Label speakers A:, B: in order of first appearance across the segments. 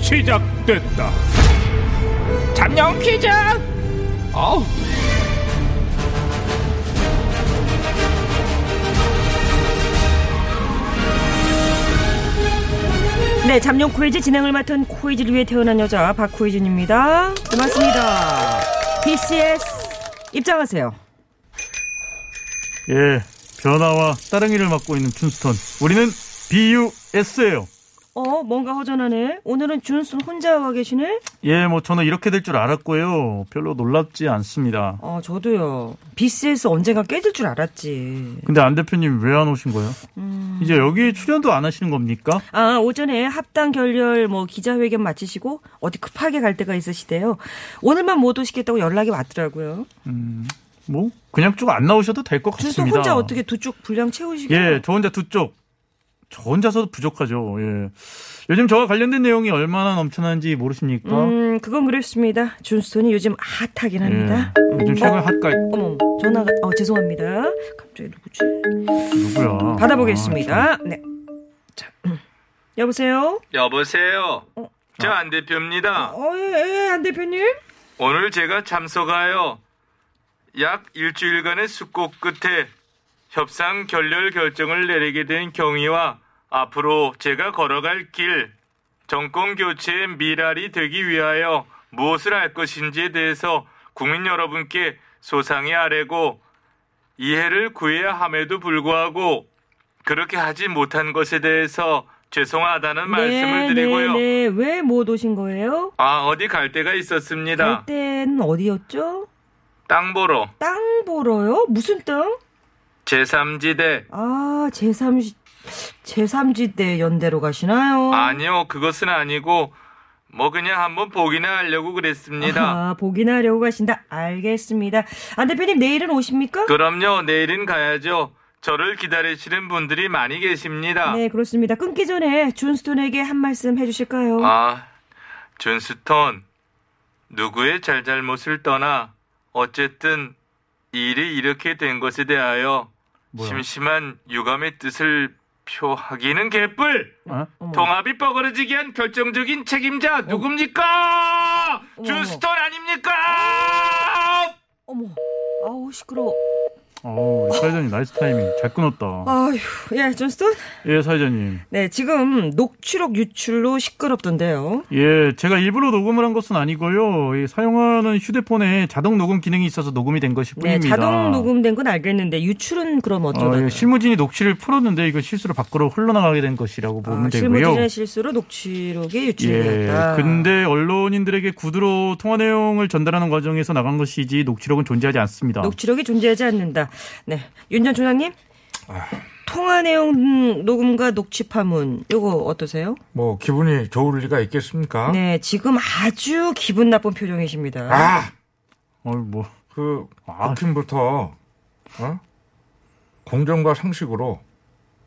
A: 시작됐다. 잠룡 퀴즈. 아우.
B: 네, 잠룡 코이즈 진행을 맡은 코이즈를 위해 태어난 여자 박코이즈입니다. 고맙습니다. BCS 입장하세요.
C: 예, 변화와 따릉이를 맡고 있는 춘스턴. 우리는 BUS예요.
B: 어, 뭔가 허전하네. 오늘은 준순 혼자 와 계시네.
C: 예, 뭐 저는 이렇게 될 줄 알았고요. 별로 놀랍지 않습니다.
B: 어, 저도요. BCS 언젠가 깨질 줄 알았지.
C: 근데 안 대표님 왜 안 오신 거예요?
B: 음.
C: 이제 여기 출연도 안 하시는 겁니까?
B: 아, 오전에 합당 결렬 뭐 기자회견 마치시고 어디 급하게 갈 데가 있으시대요. 오늘만 못 오시겠다고 연락이 왔더라고요.
C: 뭐 그냥 쭉 안 나오셔도 될 것
B: 준수
C: 같습니다.
B: 혼자 어떻게 두 쪽 분량 채우시게?
C: 예, 저 혼자 두 쪽. 저 혼자서도 부족하죠. 예. 요즘 저와 관련된 내용이 얼마나 넘쳐나는지 모르십니까?
B: 음, 그건 그렇습니다. 준수는 요즘 핫하긴 합니다. 뭐
C: 예. 요즘 최근 핫가
B: 어머, 전화가 어 죄송합니다. 갑자기 누구지?
C: 누구야? 아,
B: 받아보겠습니다. 네. 자, 음. 여보세요?
D: 여보세요. 저 안 대표입니다.
B: 어, 예, 예, 안 대표님?
D: 오늘 제가 잠서가요. 약 일주일간의 숙고 끝에 협상 결렬 결정을 내리게 된 경위와 앞으로 제가 걸어갈 길, 정권 교체의 미랄이 되기 위하여 무엇을 할 것인지에 대해서 국민 여러분께 소상히 아뢰고 이해를 구해야 함에도 불구하고 그렇게 하지 못한 것에 대해서 죄송하다는 말씀을 드리고요.
B: 네, 네. 왜 못 오신 거예요?
D: 아, 어디 갈 데가 있었습니다.
B: 갈 때는 어디였죠?
D: 땅 보러
B: 땅 보러요? 무슨 땅?
D: 제3지대.
B: 아, 제3지, 제3지대 연대로 가시나요?
D: 아니요, 그것은 아니고 뭐 그냥 한번 보기나 하려고 그랬습니다.
B: 아, 보긴 하려고 가신다. 알겠습니다. 안 대표님, 내일은 오십니까?
D: 그럼요, 내일은 가야죠. 저를 기다리시는 분들이 많이 계십니다.
B: 네, 그렇습니다. 끊기 전에 준스톤에게 한 말씀 해주실까요?
D: 아, 존스턴. 누구의 잘잘못을 떠나 어쨌든 일이 이렇게 된 것에 대하여
C: 뭐야?
D: 심심한 유감의 뜻을 표하기는 개뿔!
C: 어?
B: 어머.
D: 통합이 뻐그러지게 한 결정적인 책임자 누굽니까?
B: 어머, 어.
D: 준스톤 아닙니까?
B: 어머, 아우, 시끄러워.
C: 어우, 우리 사회자님 나이스 타이밍. 잘 끊었다.
B: 아휴, 예, 준스톤?
C: 예, 사회자님.
B: 네, 지금 녹취록 유출로 시끄럽던데요.
C: 예, 제가 일부러 녹음을 한 것은 아니고요. 이 사용하는 휴대폰에 자동 녹음 기능이 있어서 녹음이 된 것일
B: 네,
C: 뿐입니다.
B: 자동 녹음된 건 알겠는데, 유출은 그럼
C: 어,
B: 어쩌나요?
C: 예, 실무진이 녹취를 풀었는데 이거 실수로 밖으로 흘러나가게 된 것이라고 보면
B: 아,
C: 되고요.
B: 실무진의 실수로 녹취록이
C: 예,
B: 유출되었다.
C: 근데 언론인들에게 구두로 통화 내용을 전달하는 과정에서 나간 것이지 녹취록은 존재하지
E: 어.
C: 않습니다.
B: 녹취록이 존재하지 않는다. 네, 윤 전 총장님
E: 아.
B: 통화 내용 녹음과 녹취 파문 요거 어떠세요?
E: 뭐 기분이 좋을 리가 있겠습니까?
B: 네, 지금 아주 기분 나쁜 표정이십니다.
E: 아,
C: 어, 뭐,
E: 그
C: 아.
E: 국힘부터 어? 공정과 상식으로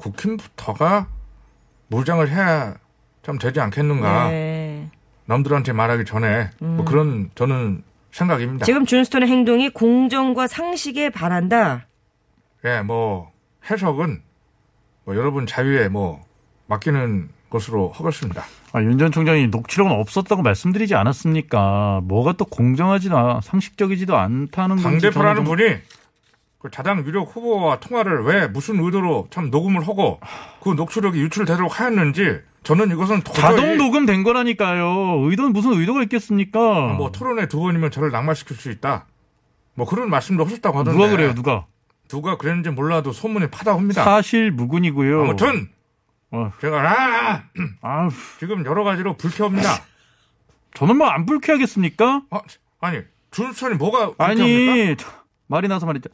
E: 국힘부터가 무장을 해야 참 되지 않겠는가?
B: 네.
E: 남들한테 말하기 전에
A: 음.
E: 뭐 그런 저는 생각입니다.
B: 지금 준스톤의 행동이 공정과 상식에 바란다.
E: 예, 뭐 해석은 뭐 여러분 자유에 뭐 맡기는 것으로 하겠습니다.
C: 아, 윤 전 총장이 녹취록은 없었다고 말씀드리지 않았습니까? 뭐가 또 공정하지도 않- 상식적이지도 않다는 건지
E: 당 대표라는
C: 저는 좀-
E: 분이 그 자당 유력 후보와 통화를 왜 무슨 의도로 참 녹음을 하고 그 녹취록이 유출되도록 하였는지 저는 이것은 도저히
C: 자동 녹음된 거라니까요. 의도는 무슨 의도가 있겠습니까?
E: 뭐 토론회 두 번이면 저를 낙마시킬 수 있다. 뭐 그런 말씀도 네. 하셨다고 하던데
C: 누가 그래요, 누가?
E: 누가 그랬는지 몰라도 소문이 파다합니다.
C: 사실 무근이고요.
E: 아무튼
C: 어.
E: 제가 아,
C: 아,
E: 지금 여러 가지로 불쾌합니다.
C: 저는 뭐 안 불쾌하겠습니까?
E: 어, 아니 준수선이 뭐가 불쾌합니까?
C: 아니 참, 말이 나서 말이죠.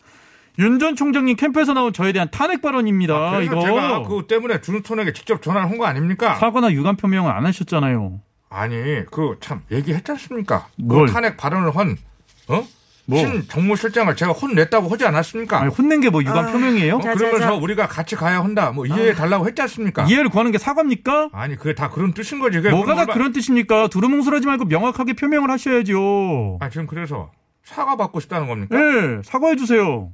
C: 윤 전 총장님 캠프에서 나온 저에 대한 탄핵 발언입니다.
E: 아, 그래서
C: 이거
E: 제가 그거 때문에 준수선에게 직접 전화를 한 거 아닙니까?
C: 사과나 유감 표명을 안 하셨잖아요.
E: 아니 그 참 얘기했지 않습니까?
C: 뭘?
E: 그 탄핵 발언을 한 어?
C: 뭐?
E: 신 정무실장을 제가 혼냈다고 하지 않았습니까?
C: 아니, 혼낸 게 뭐 유감 표명이에요?
E: 어,
B: 자,
E: 그러면서
B: 자, 자.
E: 우리가 같이 가야 한다. 뭐
C: 아.
E: 이해해 달라고 했지 않습니까?
C: 이해를 구하는 게 사과입니까?
E: 아니 그게 다 그런 뜻인 거지. 그게
C: 예. 뭐가 다
E: 얼마-
C: 그런 뜻입니까? 두루뭉술하지 말고 명확하게 표명을 하셔야죠.
E: 아 그러니까? 지금 그래서 사과 받고 싶다는 겁니까?
C: 예, 사과해 주세요.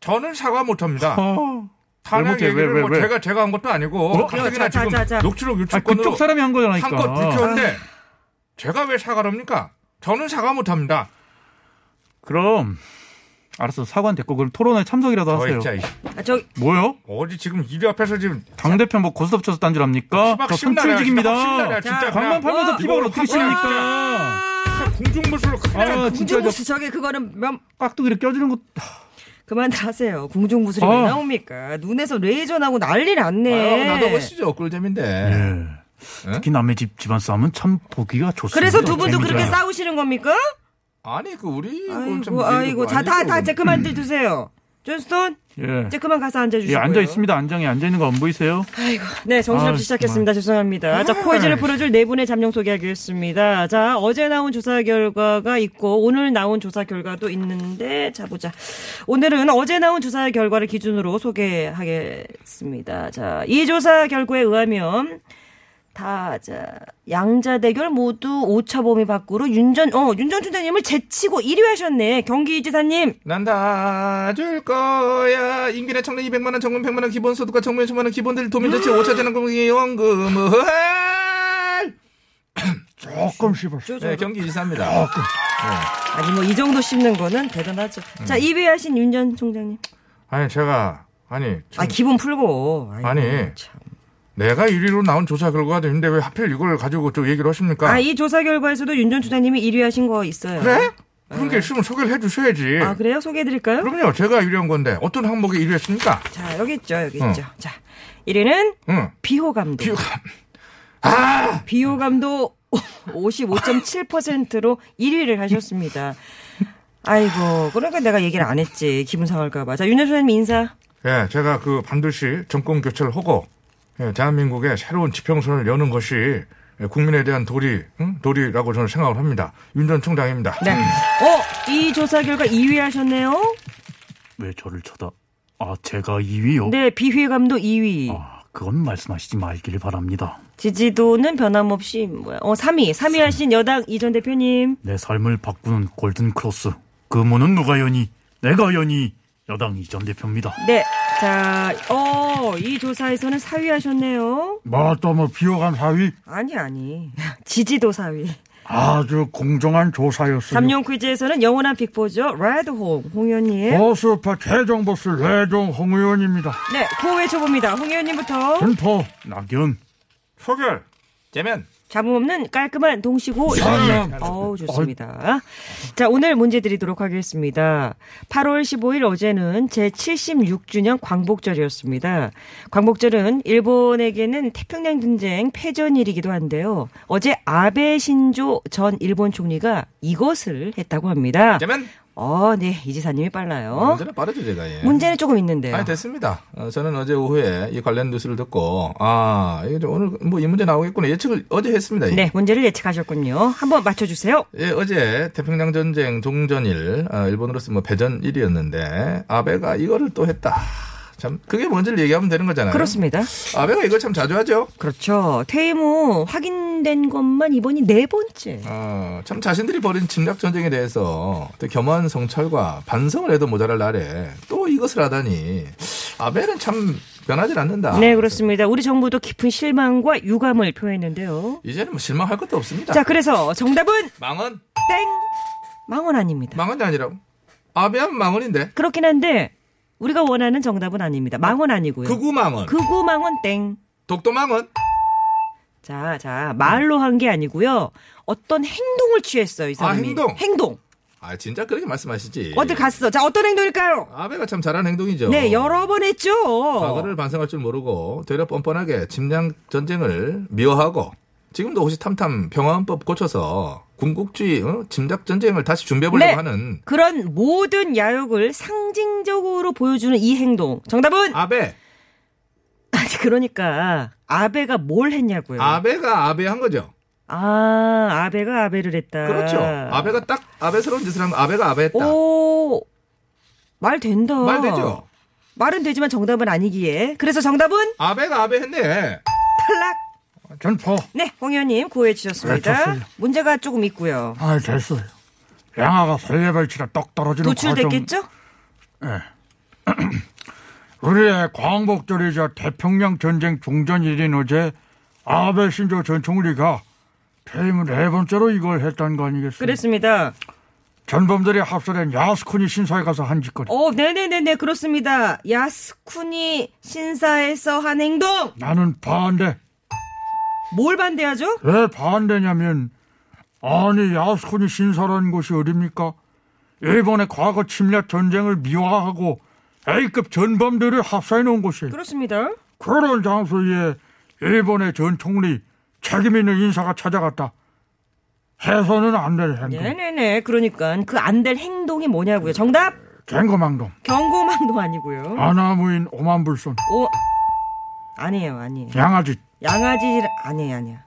E: 저는 사과 못합니다.
C: 아, 왜
E: 탄핵
C: 못해?
E: 얘기를
C: 왜, 왜,
E: 뭐
C: 왜?
E: 제가 제가 한 것도 아니고
C: 어?
E: 가뜩이나
B: 야, 자,
E: 지금
B: 자, 자, 자.
E: 녹취록
C: 아,
E: 유출권으로
C: 그쪽 사람이 한 거잖아.
E: 한것
C: 그러니까.
E: 불켰는데 제가 왜 사과를 합니까? 저는 사과 못합니다.
C: 그럼 알았어 사과는 됐고 그럼 토론회 참석이라도
E: 어,
C: 하세요.
E: 진짜 이-
B: 아, 저
C: 뭐요?
E: 어디 지금 이리 앞에서 지금
C: 당 대표 뭐 고스톱쳐서 딴줄합니까?
E: 피박
C: 저
E: 심나래요.
C: 선출직입니다.
E: 심나래요, 진짜
C: 광만
E: 그냥.
C: 팔면서
E: 와,
C: 피박을
E: 이거
C: 어떻게
E: 확-
C: 씁니까?
E: 공중무술로 큰일
C: 아 진짜 저
B: 궁중무술 저게 그거는 면
C: 깍두기를 껴주는 것.
B: 그만들 하세요. 궁중무술이 왜
C: 아.
B: 나옵니까? 눈에서 레이저 나고 난리 났네.
E: 어. 나요. 나도 뭐 보시죠 꿀잼인데.
C: 예. 특히 남의 집 집안 싸움은 참 보기가 좋습니다.
B: 그래서 두 분도
C: 재미져요.
B: 그렇게 싸우시는 겁니까?
E: 아니 그 우리
B: 아이고, 아이고, 자, 다, 다, 이제 그만들 두세요. 존스톤,
C: 예.
B: 이제 그만 가서 앉아주시고요.
C: 예, 앉아 있습니다. 안장에 앉아 있는 거 안 보이세요?
B: 네, 정신없이
C: 아,
B: 시작했습니다. 죄송합니다. 자, 코이즈를 풀어줄 네 분의 잠룡 소개하겠습니다. 자, 어제 나온 조사 결과가 있고, 오늘 나온 조사 결과도 있는데, 자, 보자. 오늘은 어제 나온 조사 결과를 기준으로 소개하겠습니다. 자, 이 조사 결과에 의하면, 다, 자, 양자 대결 모두 오차 범위 밖으로 윤전, 어, 윤전 총장님을 제치고 1위 하셨네. 경기지사님.
E: 난다 줄 거야 임기내 청래 200만 원 정금 100만 원 기본소득과 정면 10만 원 기본들 도면자치 5차 재난금융 이용금
C: 조금 씹었어.
E: 네, 경기 이사입니다
B: 아니, 뭐, 이 정도 씹는 거는 대단하죠.
C: 음.
B: 자, 2위 하신 윤전 총장님.
E: 아니 제가 아니 좀
B: 아 기분 풀고 아이고,
E: 음. 아니.
B: 참.
E: 내가 1위로 나온 조사 결과가 됐는데 왜 하필 이걸 가지고 또 얘기를 하십니까
B: 아 이 조사 결과에서도 윤 전 주장님이 1위 하신 거 있어요
E: 그래? 그런 게 있으면 소개를 해주셔야지
B: 아 그래요 소개해드릴까요
E: 그럼요 제가 1위한 건데 어떤 항목에 1위 했습니까
B: 자 여기 있죠 여기
E: 응.
B: 있죠 자 1위는
E: 응
B: 비호감도
E: 어. 음. 비호 아
B: 비호감도 55.7%로 1위를 하셨습니다 아이고 그러니까 내가 얘기를 안 했지 기분 상할까봐 자 윤 전 주장님 인사
E: 예, 제가 그 반드시 정권 교체를 하고 예, 대한민국의 새로운 지평선을 여는 것이 예, 국민에 대한 도리, 응? 도리라고 저는 생각을 합니다. 윤 전 총장입니다.
B: 네. 네어이 조사 결과 2위 하셨네요
C: 왜 저를 쳐다? 아 제가 2위요.
B: 네 비호감도 2위
E: 어.
C: 아 그건 말씀하시지 말기를 바랍니다.
B: 지지도는 변함없이 뭐야 어 3위 3위 하신 여당 이전 대표님
C: 내 삶을 바꾸는 골든 크로스. 그 문은 누가 여니? 내가 여니. 여당 이전 대표입니다.
B: 네. 자, 어, 이 조사에서는 4위 하셨네요.
C: 맞다 뭐 비호감 4위.
B: 아니, 아니. 지지도 4위.
C: 아주 공정한 조사였어요.
B: 삼룡 퀴즈에서는 영원한 빅보죠. 레드홍, 홍 의원님.
C: 보수파 최정보수 레종 홍 의원입니다. 어,
B: 네, 구호 외쳐봅니다. 홍 의원님부터.
C: 분포 낙연.
E: 소결, 재면.
B: 잡음없는 깔끔한 동시고. 어우, 좋습니다. 자, 오늘 문제 드리도록 하겠습니다. 8월 15일 어제는 제76주년 광복절이었습니다. 광복절은 일본에게는 태평양 전쟁 패전일이기도 한데요. 어제 아베 신조 전 일본 총리가 이것을 했다고 합니다.
E: 재면.
B: 어, 네, 이지사님이 빨라요.
E: 문제는 빠르죠, 제가. 예.
B: 문제는 조금 있는데요.
E: 아니, 됐습니다. 어, 저는 어제 오후에 이 관련 뉴스를 듣고, 아, 이게 좀 오늘 뭐 이 문제 나오겠구나. 예측을 어제 했습니다. 예.
B: 네, 문제를 예측하셨군요. 한번 맞춰주세요.
E: 예, 어제 태평양 전쟁 종전일 아, 일본으로서 뭐 배전일이었는데 아베가 이거를 또 했다. 참 그게 뭔지를 얘기하면 되는 거잖아요.
B: 그렇습니다.
E: 아베가 이거 참 자주 하죠.
B: 그렇죠. 퇴임 후 확인된 것만 이번이 네 번째.
E: 어, 참 자신들이 벌인 침략 전쟁에 대해서 또 겸허한 성찰과 반성을 해도 모자랄 날에 또 이것을 하다니 아베는 참 변하지 않는다.
B: 네, 그렇습니다. 우리 정부도 깊은 실망과 유감을 표했는데요.
E: 이제는 뭐 실망할 것도 없습니다.
B: 자, 그래서 정답은
E: 망언
B: 땡! 망원 아닙니다.
E: 망언이 아니라고. 아베는 망언인데
B: 그렇긴 한데, 우리가 원하는 정답은 아닙니다. 망원 아니고요.
E: 극우 망언,
B: 극우 망원 땡.
E: 독도 망언.
B: 자, 자, 말로 한 게 아니고요. 어떤 행동을 취했어요, 이 사람이.
E: 행동. 예.
B: 행동.
E: 아 진짜 그렇게 말씀하시지.
B: 어디 갔어? 자, 어떤 행동일까요?
E: 아베가 참 잘한 행동이죠.
B: 네, 여러 번 했죠.
E: 과거를 반성할 줄 모르고 되려 뻔뻔하게 침략 전쟁을 미워하고 지금도 혹시 탐탐 평화헌법 고쳐서 군국주의 어? 침략 전쟁을 다시 준비해보려고
B: 네.
E: 하는
B: 그런 모든 야욕을 상징적으로 보여주는 이 행동. 정답은
E: 아베
B: 아니 그러니까 아베가 뭘 했냐고요.
E: 아베가 아베 한 거죠.
B: 아, 아베가 아베를 했다.
E: 그렇죠. 아베가 딱 아베스러운 짓을 한 거, 아베가 아베했다.
B: 네. 오, 말 된다.
E: 말 되죠?
B: 말은 되지만 정답은 아니기에. 그래서 정답은
E: 아베가 아베했네.
B: 탈락.
C: 전 더.
B: 네, 홍 의원님 구해
C: 네,
B: 주셨습니다.
C: 좋습니다.
B: 문제가 조금 있고요.
C: 아, 됐어요. 양아가 설레발치라 떡 떨어지는
B: 도출됐겠죠?
C: 우리의 광복절이자 태평양 전쟁 종전일인 어제 아베 신조 전 총리가 퇴임을 네 번째로 이걸 했다는 거 아니겠어요?
B: 그랬습니다.
C: 전범들이 합사된 야스쿠니 신사에 가서 한 짓거리.
B: 어, 네네네네, 그렇습니다. 야스쿠니 신사에서 한 행동!
C: 나는 반대.
B: 뭘 반대하죠?
C: 왜 반대냐면 아니 야스쿠니 신사라는 곳이 어딥니까? 일본의 과거 침략 전쟁을 미화하고 A급 전범들을 합사해 놓은 곳이에요.
B: 그렇습니다.
C: 그런 장소에 일본의 전 총리 책임 있는 인사가 찾아갔다. 해서는 안 될 행동.
B: 네네네, 그러니까 그 안 될 행동이 뭐냐고요. 정답!
C: 갱거망동.
B: 경고망도 아니고요.
C: 아나무인 오만불손.
B: 오, 아니에요, 아니에요.
C: 양아지.
B: 양아지, 아니에요, 아니에요.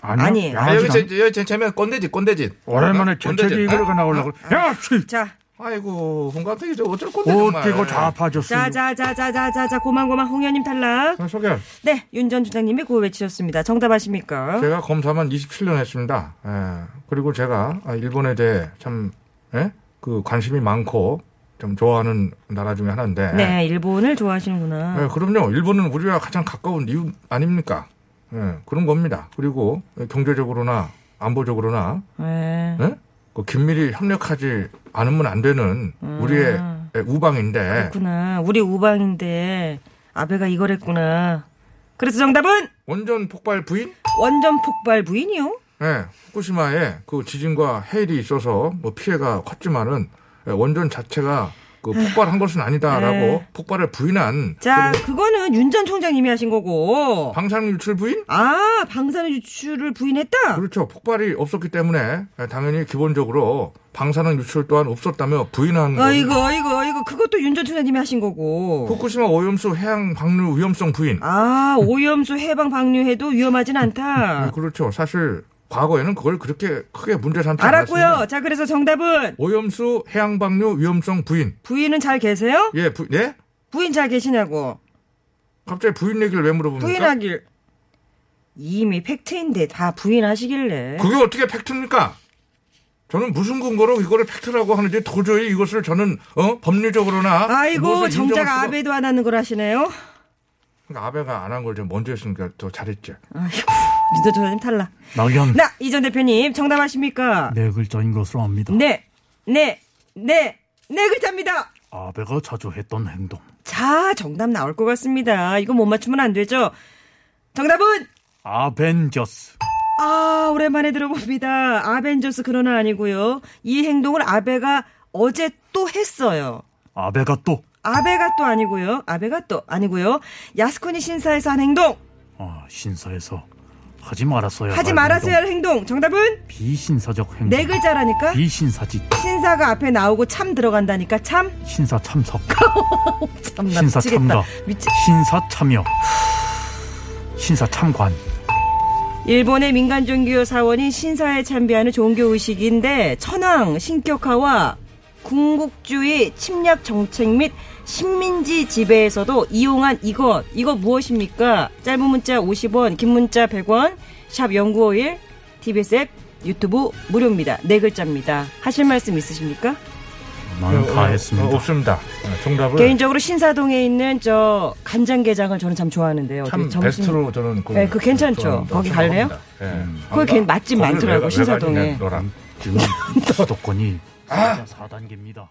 C: 아니야?
B: 아니에요.
E: 아, 여기
C: 양아지.
E: 제, 어? 여기 제, 제면 꼰대짓, 꼰대짓.
C: 오랜만에
E: 꼰대짓.
C: 재채기 이거가 나오려고.
E: 아,
C: 야, 씨.
B: 자,
E: 아이고, 홍감탱이 저 어쩔 꼰대 정말.
C: 어디고 좌파졌어.
B: 네, 자, 자, 자, 자, 자, 자, 자, 고만고만 홍현님 탈락.
E: 자, 소개.
B: 네, 윤 전 주장님이 구호 외치셨습니다. 정답 아십니까?
E: 제가 검사만 27년 했습니다. 예. 그리고 제가 아, 일본에 대해 참, 예? 그 관심이 많고 좀 좋아하는 나라 중에 하나인데.
B: 네, 일본을 좋아하시는구나.
E: 예, 그럼요. 일본은 우리와 가장 가까운 이유 아닙니까? 예, 그런 겁니다. 그리고 경제적으로나 안보적으로나
B: 네.
E: 예? 그 긴밀히 협력하지 않으면 안 되는 우리의 예, 우방인데
B: 음. 그렇구나. 우리 우방인데 아베가 이걸 했구나. 그래서 정답은
E: 원전 폭발 부인?
B: 원전 폭발 부인이요.
E: 예, 후쿠시마에 그 지진과 해일이 있어서 뭐 피해가 컸지만은 예, 원전 자체가 그 폭발한 것은 아니다라고
B: 네.
E: 폭발을 부인한
B: 자, 그거는 윤 전 총장님이 하신 거고.
E: 방사능 유출 부인?
B: 아, 방사능 유출을 부인했다.
E: 그렇죠. 폭발이 없었기 때문에 당연히 기본적으로 방사능 유출 또한 없었다며 부인한 거.
B: 어이구, 어이구, 어이구. 그것도 윤 전 총장님이 하신 거고.
E: 후쿠시마 오염수 해양 방류 위험성 부인.
B: 아, 오염수 해방 방류해도 위험하진
E: 네,
B: 않다.
E: 그렇죠. 사실 과거에는 그걸 그렇게 크게 문제 삼지 않았습니다.
B: 알았고요. 자, 그래서 정답은
E: 오염수 해양 방류 위험성 부인.
B: 부인은 잘 계세요?
E: 예, 부, 예?
B: 부인 잘 계시냐고.
E: 갑자기 부인 얘기를 왜 물어봅니까?
B: 부인하길. 이미 팩트인데 다 부인하시길래.
E: 그게 어떻게 팩트입니까? 저는 무슨 근거로 이거를 팩트라고 하는지 도저히 이것을 저는 어? 법률적으로나
B: 아이고
E: 무엇을 인정할
B: 정작
E: 수가-
B: 아베도 안 하는 걸 하시네요.
E: 그러니까 아베가 안 한 걸 제가 먼저 했으니까 더 잘했죠.
B: 아이고 리더 조사님 탈락.
E: 음.
C: 낙연.
B: 나 이전 대표님 정답하십니까?
C: 네 글자인 것으로 압니다.
B: 네, 네, 네, 네 글자입니다.
C: 아베가 자주 했던 행동.
B: 자 정답 나올 것 같습니다. 이거 못 맞추면 안 되죠. 정답은
C: 아벤져스.
B: 아 오랜만에 들어봅니다. 아벤져스 그러나 아니고요. 이 행동을 아베가 어제 또 했어요.
C: 아베가 또
B: 아베가 또 아니고요. 아베가 또 아니고요. 야스쿠니 신사에서 한 행동.
C: 아, 신사에서 하지 말았어야
B: 하지
C: 할
B: 말았어야
C: 네, 행동.
B: 할
C: 음.
B: 행동. 정답은
C: 비신사적 행동.
B: 네 글자라니까.
C: 비신사직.
B: 신사가 앞에 나오고 참 들어간다니까 참
C: 신사 참석.
B: 참나
C: 신사
B: 미치겠다.
C: 참가.
B: 미치...
C: 신사 참여. 신사 참관.
B: 일본의 민간 종교 사원인 신사에 참배하는 종교 의식인데 천황 신격화와 궁극주의 침략 정책 및 식민지 지배에서도 이용한 이것 이거 무엇입니까? 짧은 문자 50원, 긴 문자 100원, 샵 #0951 TBS 앱 유튜브 무료입니다. 네 글자입니다. 하실 말씀 있으십니까?
C: 나는 아, 다
E: 어,
C: 했습니다.
E: 어, 없습니다. 어, 정답을
B: 개인적으로 신사동에 있는 저 간장게장을 저는 참 좋아하는데요.
E: 참
B: 어떻게 점심-
E: 베스트로 저는 그,
B: 네, 그거 괜찮죠?
E: 저는
B: 거기
E: 생각합니다.
B: 갈래요?
E: 예.
B: 거기 괜히 맛집
E: 거기를
B: 많더라고,
E: 왜 가- 왜
B: 신사동에.
E: 가냐, 너랑.
C: 지금 수도권이 사단계입니다